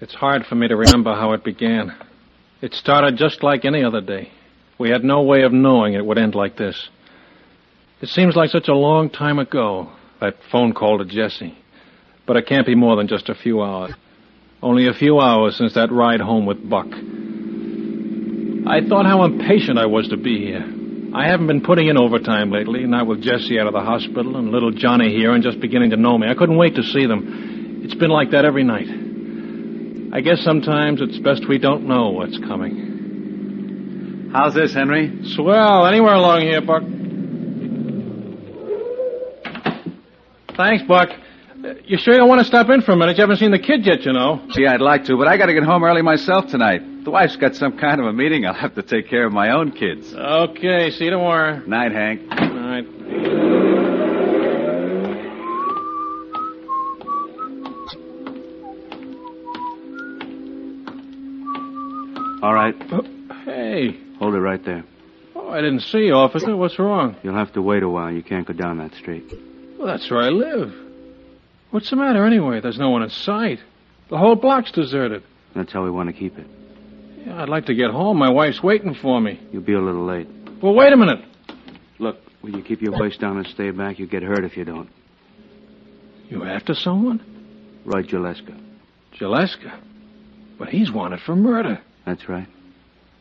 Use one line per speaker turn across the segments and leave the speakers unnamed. It's hard for me to remember how it began. It started just like any other day. We had no way of knowing it would end like this. It seems like such a long time ago, that phone call to Jesse. But it can't be more than just a few hours. Only a few hours since that ride home with Buck. I thought how impatient I was to be here. I haven't been putting in overtime lately, not with Jesse out of the hospital and little Johnny here and just beginning to know me. I couldn't wait to see them. It's been like that every night. I guess sometimes it's best we don't know what's coming.
How's this, Henry?
Swell, anywhere along here, Buck. Thanks, Buck. Uh, You sure you don't want to stop in for a minute? You haven't seen the kid yet, you know.
Gee, I'd like to, but I gotta get home early myself tonight. The wife's got some kind of a meeting. I'll have to take care of my own kids.
Okay, see you tomorrow.
Night, Hank.
All right.
All right.
Hey.
Hold it right there.
Oh, I didn't see you, officer. What's wrong?
You'll have to wait a while. You can't go down that street.
Well, that's where I live. What's the matter anyway? There's no one in sight. The whole block's deserted.
That's how we want to keep it.
Yeah, I'd like to get home. My wife's waiting for me.
You'll be a little late.
Well, wait a minute.
Look, will you keep your voice down and stay back? You get hurt if you don't.
You after someone?
Roy Juleska.
Jaleska. But he's wanted for murder.
That's right.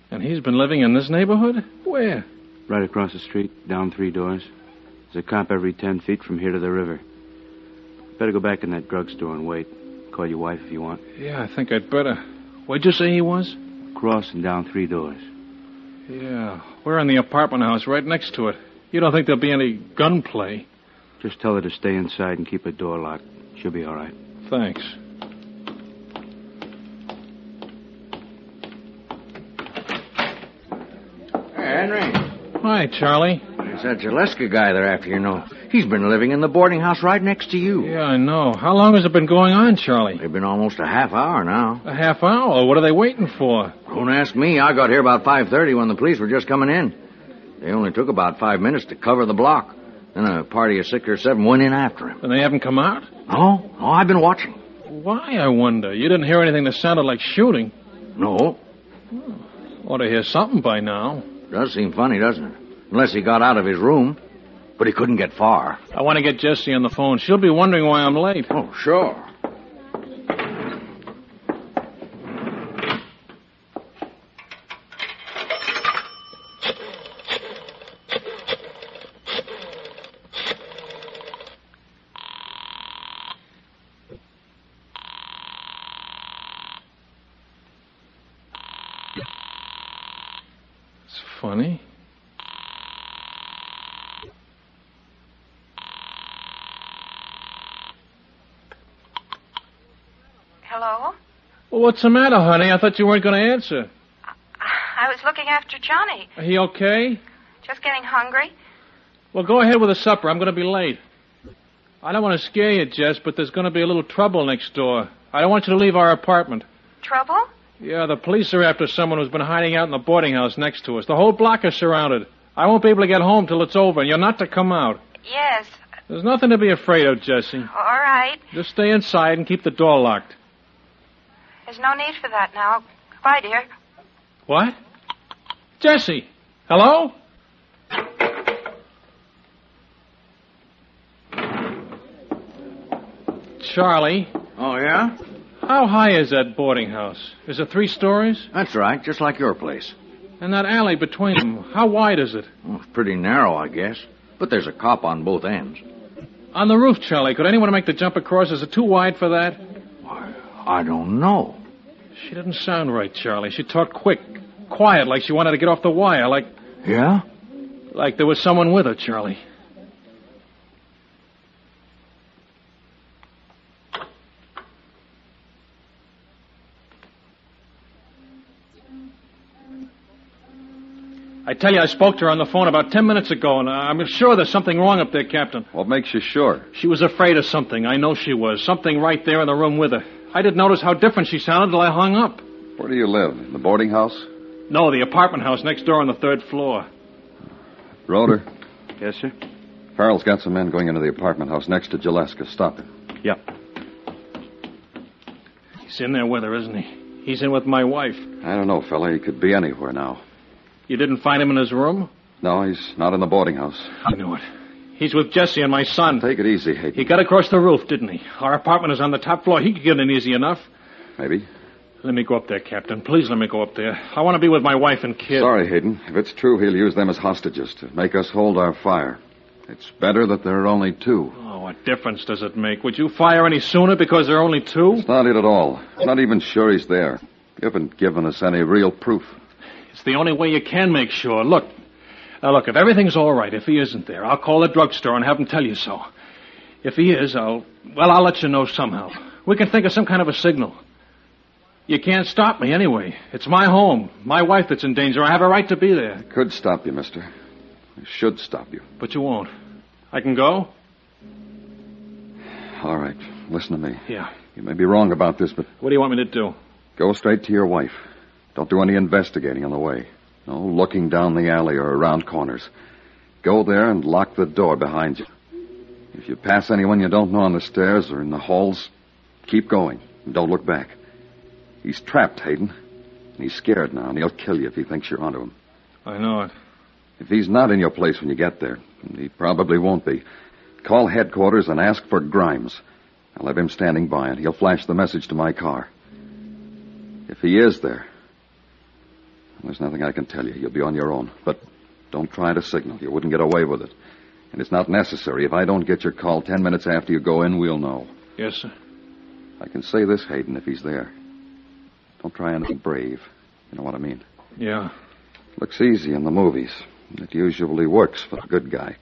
And he's been living in this neighborhood? Where?
Right across the street, down three doors. There's a cop every ten feet from here to the river. Better go back in that drugstore and wait. Call your wife if you want.
Yeah, I think I'd better. Where'd you say he was?
Cross and down three doors.
Yeah, we're in the apartment house right next to it. You don't think there'll be any gunplay?
Just tell her to stay inside and keep her door locked. She'll be all right.
Thanks.
Henry,
Hi, Charlie.
it's that Jaleska guy they're after, you know. He's been living in the boarding house right next to you.
Yeah, I know. How long has it been going on, Charlie?
They've been almost a half hour now.
A half hour. What are they waiting for?
Don't ask me. I got here about 5.30 when the police were just coming in. They only took about five minutes to cover the block. Then a party of six or seven went in after him.
And they haven't come out?
No, no, I've been watching.
Why, I wonder? You didn't hear anything that sounded like shooting.
No,
Ought to hear something by now.
does seem funny, doesn't it? Unless he got out of his room. But he couldn't get far.
I want to get Jessie on the phone. She'll be wondering why I'm late.
Oh, sure.
It's funny.
Hello?
Well, what's the matter, honey? I thought you weren't going to answer.
I was looking after Johnny.
Are he okay?
Just getting hungry.
Well, go ahead with the supper. I'm going to be late. I don't want to scare you, Jess, but there's going to be a little trouble next door. I don't want you to leave our apartment.
Trouble?
Yeah, the police are after someone who's been hiding out in the boarding house next to us. The whole block is surrounded. I won't be able to get home till it's over, and you're not to come out.
Yes.
There's nothing to be afraid of, Jesse.
All right.
Just stay inside and keep the door locked.
There's no need for that now. Goodbye, dear.
What? Jesse! Hello? Charlie,
Oh, yeah?
how high is that boarding house? Is it three stories?
That's right, just like your place.
And that alley between them, how wide is it?
Well, it's pretty narrow, I guess. But there's a cop on both ends.
On the roof, Charlie. Could anyone make the jump across? Is it too wide for that?
Why, I don't know.
She didn't sound right, Charlie. She talked quick, quiet, like she wanted to get off the wire, like
Yeah?
like there was someone with her, Charlie. I tell you, I spoke to her on the phone about ten minutes ago, and I'm sure there's something wrong up there, Captain.
What makes you sure?
She was afraid of something. I know she was. Something right there in the room with her. I didn't notice how different she sounded till I hung up.
Where do you live? In the boarding house?
No, the apartment house next door on the third floor.
Roder,
Yes, sir?
Farrell's got some men going into the apartment house next to Jaleska. Stop him.
Yeah.
He's in there with her, isn't he? He's in with my wife.
I don't know, fella. He could be anywhere now.
You didn't find him in his room?
No, he's not in the boarding house.
I knew it. He's with Jesse and my son.
Take it easy, Hayden.
He got across the roof, didn't he? Our apartment is on the top floor. He could get in easy enough.
Maybe.
Let me go up there, Captain. Please let me go up there. I want to be with my wife and kid.
Sorry, Hayden. If it's true, he'll use them as hostages to make us hold our fire. It's better that there are only two.
Oh, what difference does it make? Would you fire any sooner because there are only two?
It's not it at all. I'm not even sure he's there. You haven't given us any real proof.
It's the only way you can make sure. Look. Now, look, if everything's all right, if he isn't there, I'll call the drugstore and have him tell you so. If he is, I'll. Well, I'll let you know somehow. We can think of some kind of a signal. You can't stop me anyway. It's my home, my wife that's in danger. I have a right to be there.
Could stop you, mister. I should stop you.
But you won't. I can go?
All right. Listen to me.
Yeah.
You may be wrong about this, but
What do you want me to do?
go straight to your wife. Don't do any investigating on the way. No looking down the alley or around corners. Go there and lock the door behind you. If you pass anyone you don't know on the stairs or in the halls, keep going. And don't look back. He's trapped, Hayden. And he's scared now, and he'll kill you if he thinks you're onto him.
I know it.
If he's not in your place when you get there, and he probably won't be, call headquarters and ask for Grimes. I'll have him standing by, and he'll flash the message to my car. If he is there, there's nothing I can tell you. You'll be on your own. But don't try to signal. You wouldn't get away with it. And it's not necessary. If I don't get your call ten minutes after you go in, we'll know.
Yes, sir.
I can say this, Hayden, if he's there. Don't try anything brave. You know what I mean?
Yeah.
Looks easy in the movies. It usually works for the good guy.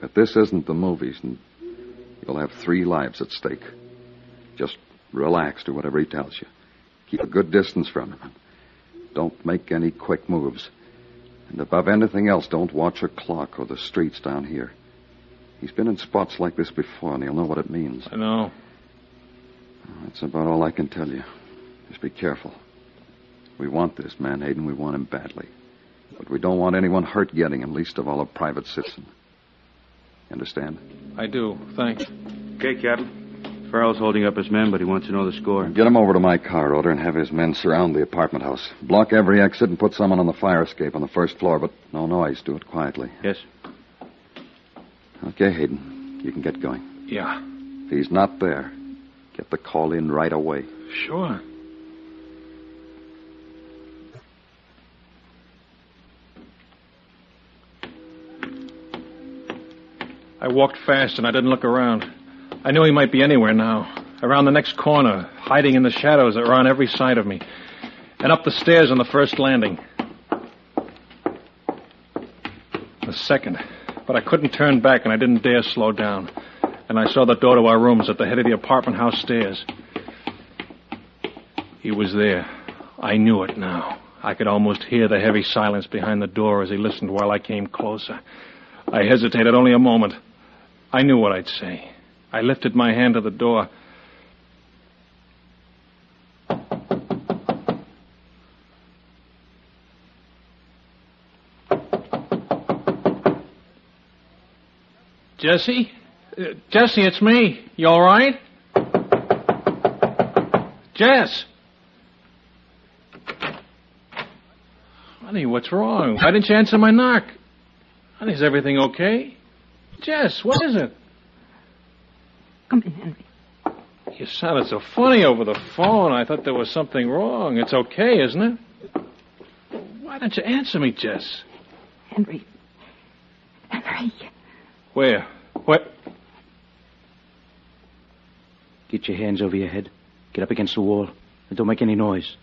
But this isn't the movies, and you'll have three lives at stake. Just relax, do whatever he tells you. Keep a good distance from him. Don't make any quick moves. And above anything else, don't watch a clock or the streets down here. He's been in spots like this before, and he'll know what it means.
I know.
That's about all I can tell you. Just be careful. We want this man, Hayden. We want him badly. But we don't want anyone hurt getting him, least of all a private citizen. Understand?
I do. Thanks.
Okay, Captain. Farrell's holding up his men, but he wants to know the score.
Get him over to my car, Order, and have his men surround the apartment house. Block every exit and put someone on the fire escape on the first floor, but no noise. Do it quietly.
Yes.
Okay, Hayden. You can get going.
Yeah.
If he's not there, get the call in right away.
Sure. I walked fast and I didn't look around. I knew he might be anywhere now, around the next corner, hiding in the shadows that were on every side of me, and up the stairs on the first landing. The second. But I couldn't turn back and I didn't dare slow down. And I saw the door to our rooms at the head of the apartment house stairs. He was there. I knew it now. I could almost hear the heavy silence behind the door as he listened while I came closer. I hesitated only a moment. I knew what I'd say. I lifted my hand to the door. Jesse? Uh, Jesse, it's me. You all right? Jess! Honey, what's wrong? Why didn't you answer my knock? Honey, is everything okay? Jess, what is it?
Come in, Henry.
You sounded so funny over the phone. I thought there was something wrong. It's okay, isn't it? Why don't you answer me, Jess?
Henry. Henry.
Where? What?
Get your hands over your head. Get up against the wall. And don't make any noise.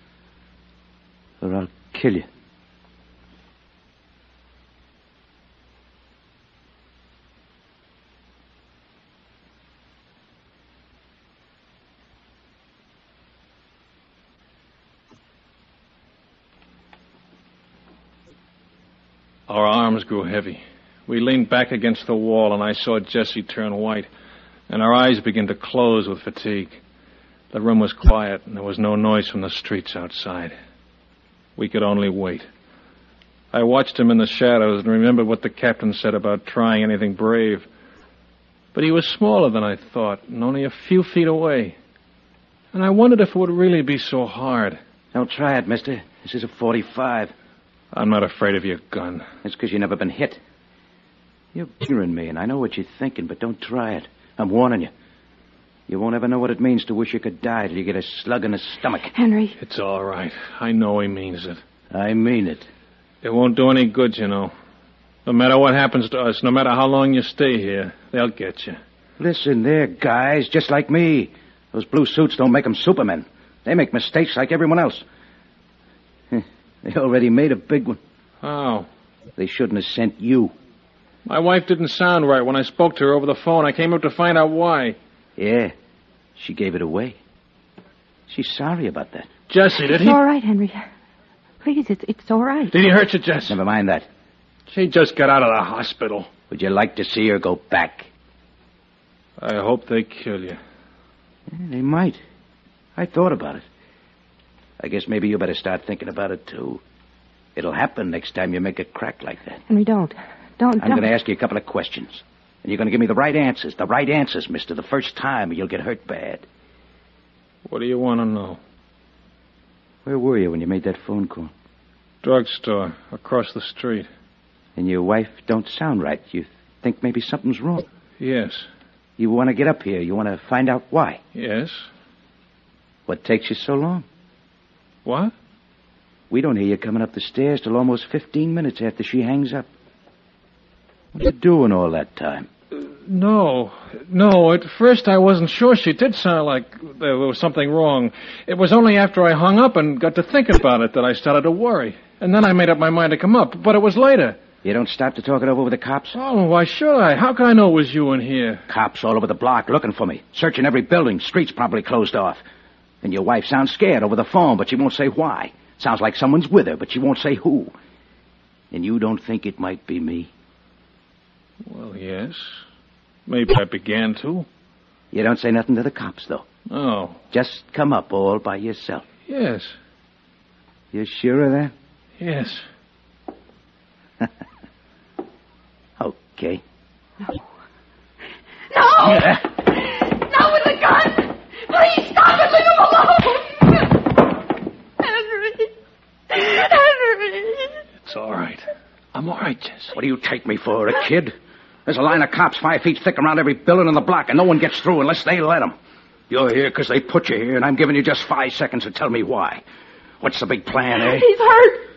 Or I'll kill you.
Our arms grew heavy. We leaned back against the wall, and I saw Jesse turn white, and our eyes begin to close with fatigue. The room was quiet, and there was no noise from the streets outside. We could only wait. I watched him in the shadows and remembered what the captain said about trying anything brave. But he was smaller than I thought, and only a few feet away. And I wondered if it would really be so hard.
Don't try it, mister. This is a 45.
I'm not afraid of your gun.
That's because you never been hit. You're ignoring me, and I know what you're thinking, but don't try it. I'm warning you. You won't ever know what it means to wish you could die till you get a slug in the stomach.
Henry,
It's all right. I know he means it.
I mean it.
It won't do any good, you know. No matter what happens to us, no matter how long you stay here, they'll get you.
Listen there, guys, just like me. Those blue suits don't make 'em supermen. They make mistakes like everyone else. Heh, They already made a big one.
How?
They shouldn't have sent you.
Oh, My wife didn't sound right when I spoke to her over the phone. I came up to find out why.
Yeah, she gave it away. She's sorry about that.
Jesse, did
it's
he?
all right, Henry. Please, it's, it's all right.
Did he hurt you, Jesse?
Never mind that.
She just got out of the hospital.
Would you like to see her go back?
I hope they kill you.
Eh, They might. I thought about it. I guess maybe you better start thinking about it, too. It'll happen next time you make a crack like that.
Henry, don't. Don't,
I'm going to ask you a couple of questions. And you're going to give me the right answers. The right answers, mister. The first time, or you'll get hurt bad.
What do you want to know?
Where were you when you made that phone call?
Drugstore across the street.
And your wife don't sound right. You think maybe something's wrong.
Yes.
You want to get up here. You want to find out why.
Yes.
What takes you so long?
What?
We don't hear you coming up the stairs till almost 15 minutes after she hangs up. What are you doing all that time?
No. No, at first I wasn't sure she did sound like there was something wrong. It was only after I hung up and got to thinking about it that I started to worry. And then I made up my mind to come up, but it was later.
You don't stop to talk it over with the cops?
Oh, why should I? How could I know it was you in here?
Cops all over the block looking for me, searching every building, streets probably closed off. And your wife sounds scared over the phone, but she won't say why. Sounds like someone's with her, but she won't say who. And you don't think it might be me?
Well, yes. Maybe I began to.
You don't say nothing to the cops, though.
Oh,
Just come up all by yourself.
yes.
You sure of that?
Yes.
Okay.
No! Not with the gun! Please stop and leave him alone! Henry. Henry.
It's all right. I'm all right, Jesse.
What do you take me for, a kid? There's a line of cops five feet thick around every building in the block, and no one gets through unless they let 'em. You're here 'cause they put you here, and I'm giving you just five seconds to tell me why. What's the big plan, eh?
He's hurt!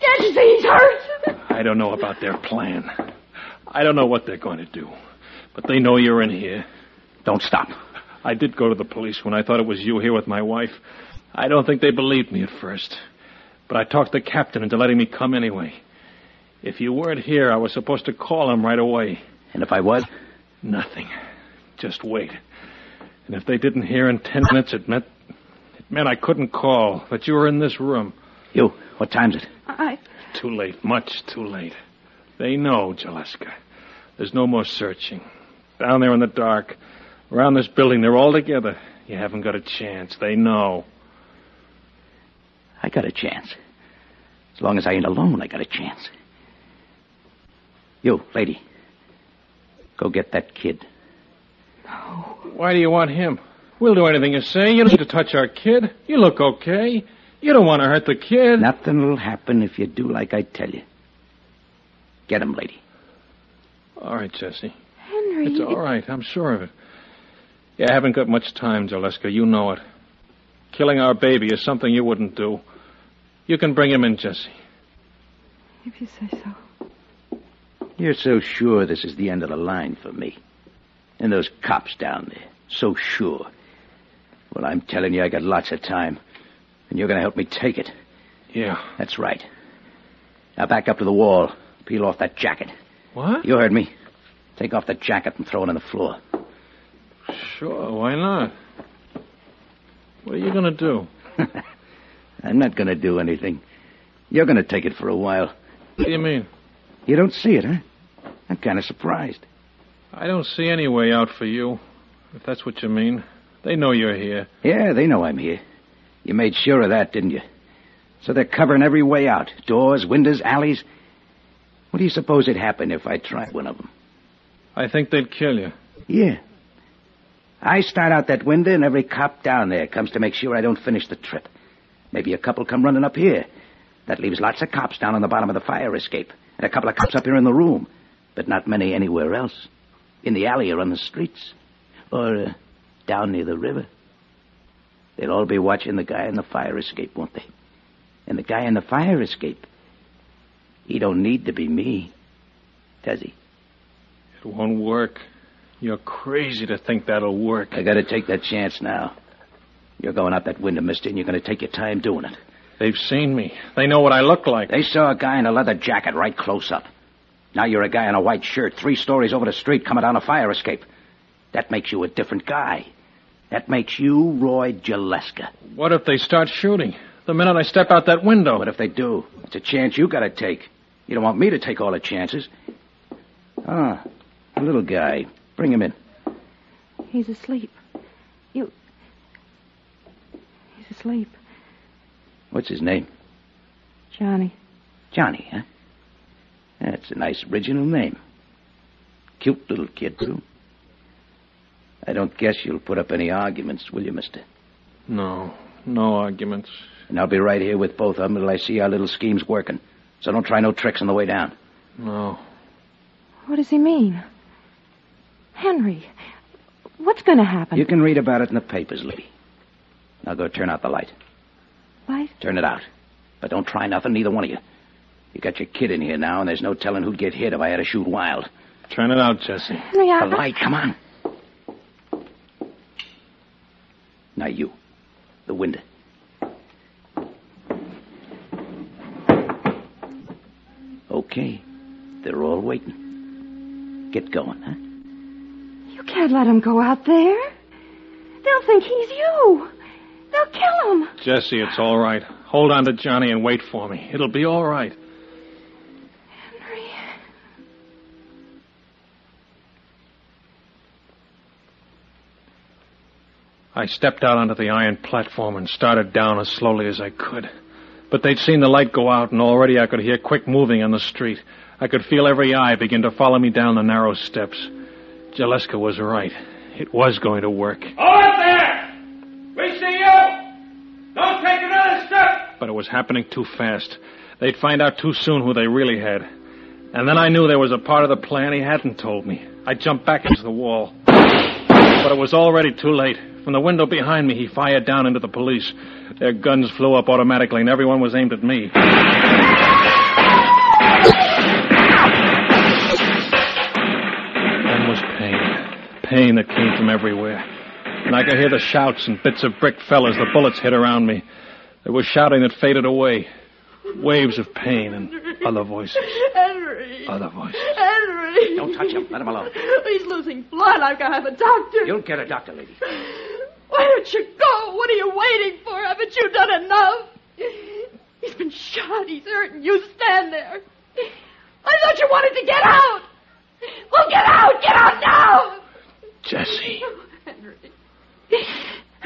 Can't you see he's hurt?
I don't know about their plan. I don't know what they're going to do. But they know you're in here.
Don't stop.
I did go to the police when I thought it was you here with my wife. I don't think they believed me at first. But I talked the captain into letting me come anyway. If you weren't here, I was supposed to call him right away.
And if I was?
Nothing. Just wait. And if they didn't hear in ten minutes, it meant it meant I couldn't call, that you were in this room.
You, what time's it?
I,
Too late, much too late. They know, Jaleska. There's no more searching. Down there in the dark, around this building, they're all together. You haven't got a chance. They know.
I got a chance. As long as I ain't alone, I got a chance. You, lady, go get that kid.
Why do you want him? We'll do anything you say. You don't need to touch our kid. You look okay. You don't want to hurt the kid.
Nothing will happen if you do like I tell you. Get him, lady.
All right, Jesse.
Henry.
It's all right. I'm sure of it. You haven't got much time, Jaleska. You know it. Killing our baby is something you wouldn't do. You can bring him in, Jesse.
If you say so.
You're so sure this is the end of the line for me. And those cops down there. So sure. Well, I'm telling you, I got lots of time. And you're going to help me take it.
Yeah.
That's right. Now back up to the wall. Peel off that jacket.
What?
You heard me. Take off the jacket and throw it on the floor.
Sure, why not? What are you going to do?
I'm not going to do anything. You're going to take it for a while.
What do you mean?
You don't see it, huh? I'm kind of surprised.
I don't see any way out for you, if that's what you mean. They know you're here.
Yeah, they know I'm here. You made sure of that, didn't you? So they're covering every way out doors, windows, alleys. What do you suppose would happen if I tried one of them?
I think they'd kill you.
Yeah. I start out that window, and every cop down there comes to make sure I don't finish the trip. Maybe a couple come running up here. That leaves lots of cops down on the bottom of the fire escape, and a couple of cops up here in the room, but not many anywhere else. In the alley or on the streets, or uh, down near the river. They'll all be watching the guy in the fire escape, won't they? And the guy in the fire escape, he don't need to be me, does he?
It won't work. You're crazy to think that'll work.
I gotta take that chance now. You're going out that window, mister, and you're gonna take your time doing it.
They've seen me. They know what I look like.
They saw a guy in a leather jacket right close up. Now you're a guy in a white shirt, three stories over the street, coming down a fire escape. That makes you a different guy. That makes you Roy Jaleska.
What if they start shooting? The minute I step out that window.
What if they do? It's a chance you gotta take. You don't want me to take all the chances. Ah, the little guy. Bring him in.
He's asleep. You. He's asleep.
What's his name?
Johnny.
Johnny, huh? That's a nice original name. Cute little kid, too. I don't guess you'll put up any arguments, will you, mister?
No, no arguments.
And I'll be right here with both of them till I see our little scheme's working. So don't try no tricks on the way down.
No.
What does he mean? Henry, what's going to happen?
You can read about it in the papers, Liddy. Now go turn out the light.
Light?
Turn it out. But don't try nothing, neither one of you. You got your kid in here now, and there's no telling who'd get hit if I had to shoot wild.
Turn it out, Jesse.
Henry, I...
The light, come on. Now you. The window. Okay. They're all waiting. Get going, huh?
You can't let him go out there. They'll think he's you. They'll kill him.
Jesse, it's all right. Hold on to Johnny and wait for me. It'll be all right.
Henry.
I stepped out onto the iron platform and started down as slowly as I could. But they'd seen the light go out, and already I could hear quick moving on the street. I could feel every eye begin to follow me down the narrow steps. Jaleska was right. It was going to work.
Hold it there! We see you! Don't take another step!
But it was happening too fast. They'd find out too soon who they really had. And then I knew there was a part of the plan he hadn't told me. I jumped back into the wall. But it was already too late. From the window behind me, he fired down into the police. Their guns flew up automatically, and everyone was aimed at me. Then was pain. Pain that came from everywhere. And I could hear the shouts and bits of brick fell as the bullets hit around me. There was shouting that faded away. Waves of pain and other voices.
Henry.
Other voices.
Henry.
Don't touch him. Let him alone.
He's losing blood. I've got to have a doctor.
You'll get a doctor, lady.
Why don't you go? What are you waiting for? Haven't you done enough? He's been shot. He's hurt, and you stand there. I thought you wanted to get out. Well, get out. Get out now.
Jesse.
Oh, Henry.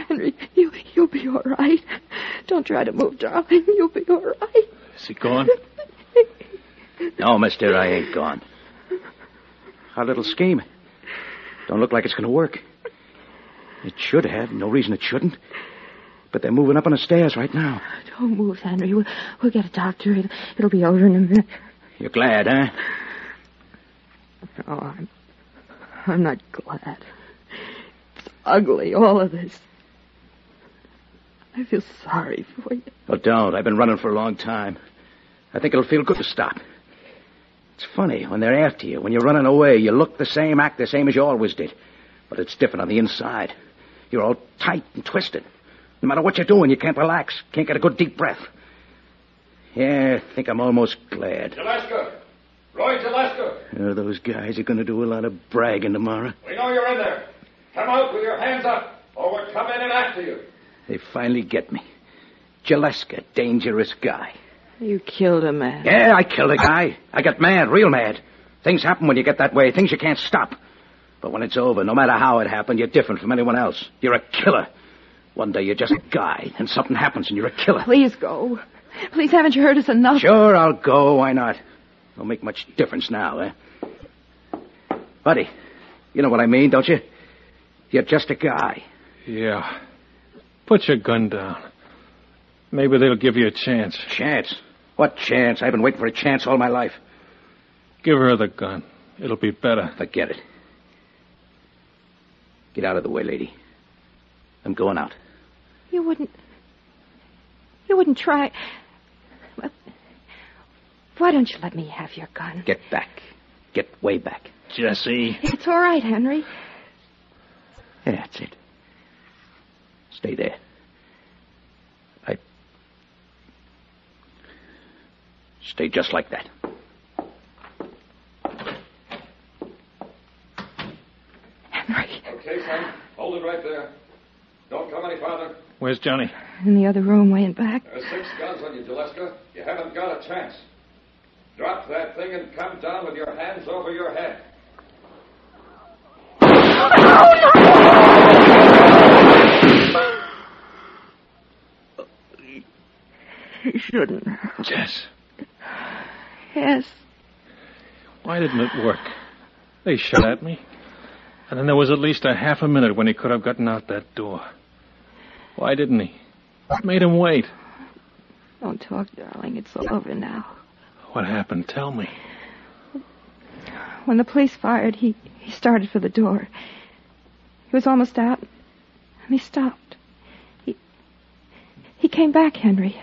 Henry, you, you'll be all right. Don't try to move, darling. You'll be all right.
Is he gone?
No, mister, I ain't gone. Our little scheme. Don't look like it's going to work. It should have. No reason it shouldn't. But they're moving up on the stairs right now.
Don't move, Henry. We'll, we'll get a doctor. It'll, it'll be over in a minute.
You're glad, huh?
No, Oh, I'm, I'm not glad. It's ugly, all of this. I feel sorry for you.
Oh, don't. I've been running for a long time. I think it'll feel good to stop. It's funny, when they're after you, when you're running away, you look the same, act the same as you always did. But it's different on the inside. You're all tight and twisted. No matter what you're doing, you can't relax, can't get a good deep breath. Yeah, I think I'm almost glad.
Jaleska! Roy Jaleska!
Oh, those guys are going to do a lot of bragging tomorrow.
We know you're in there. Come out with your hands up, or we'll come in and after you.
They finally get me. Jaleska, dangerous guy.
You killed a man.
Yeah, I killed a guy. I got mad, real mad. Things happen when you get that way, things you can't stop. But when it's over, no matter how it happened, you're different from anyone else. You're a killer. One day you're just a guy, and something happens, and you're a killer.
Please go. Please, haven't you hurt us enough?
Sure, I'll go. Why not? Don't make much difference now, eh? Buddy, you know what I mean, don't you? You're just a guy.
Yeah. Put your gun down. Maybe they'll give you a chance.
Chance? What chance? I've been waiting for a chance all my life.
Give her the gun. It'll be better.
Forget it. Get out of the way, lady. I'm going out.
You wouldn't. You wouldn't try. Why don't you let me have your gun?
Get back. Get way back.
Jesse.
It's all right, Henry.
That's it. Stay there. I. Stay just like that.
Henry.
Okay, son. Hold him right there. Don't come any farther.
Where's Johnny?
In the other room, way in back.
There are six guns on you, Jaleska. You haven't got a chance. Drop that thing and come down with your hands over your head.
He shouldn't. have.
Jess,
Yes.
why didn't it work? They shot at me. And then there was at least a half a minute when he could have gotten out that door. Why didn't he? What made him wait?
Don't talk, darling. It's all over now.
What happened? Tell me.
When the police fired, he, he started for the door. He was almost out, and he stopped. He, he came back, Henry.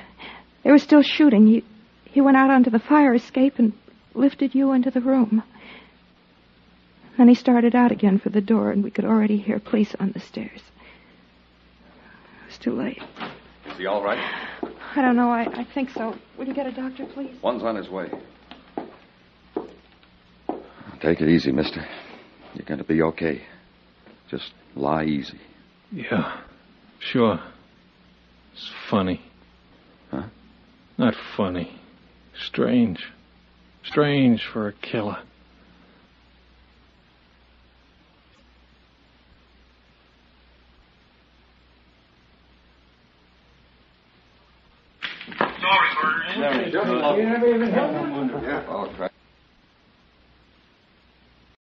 They were still shooting. He, he went out onto the fire escape and lifted you into the room. Then he started out again for the door, and we could already hear police on the stairs. It was too late.
Is he all right?
I don't know. I, I think so. Will you get a doctor, please?
One's on his way.
Take it easy, mister. You're going to be okay. Just lie easy.
Yeah, sure. It's funny.
Huh?
Not funny. Strange. Strange for a killer.
Sorry, Bert.
You never even helped him.
Oh, crap.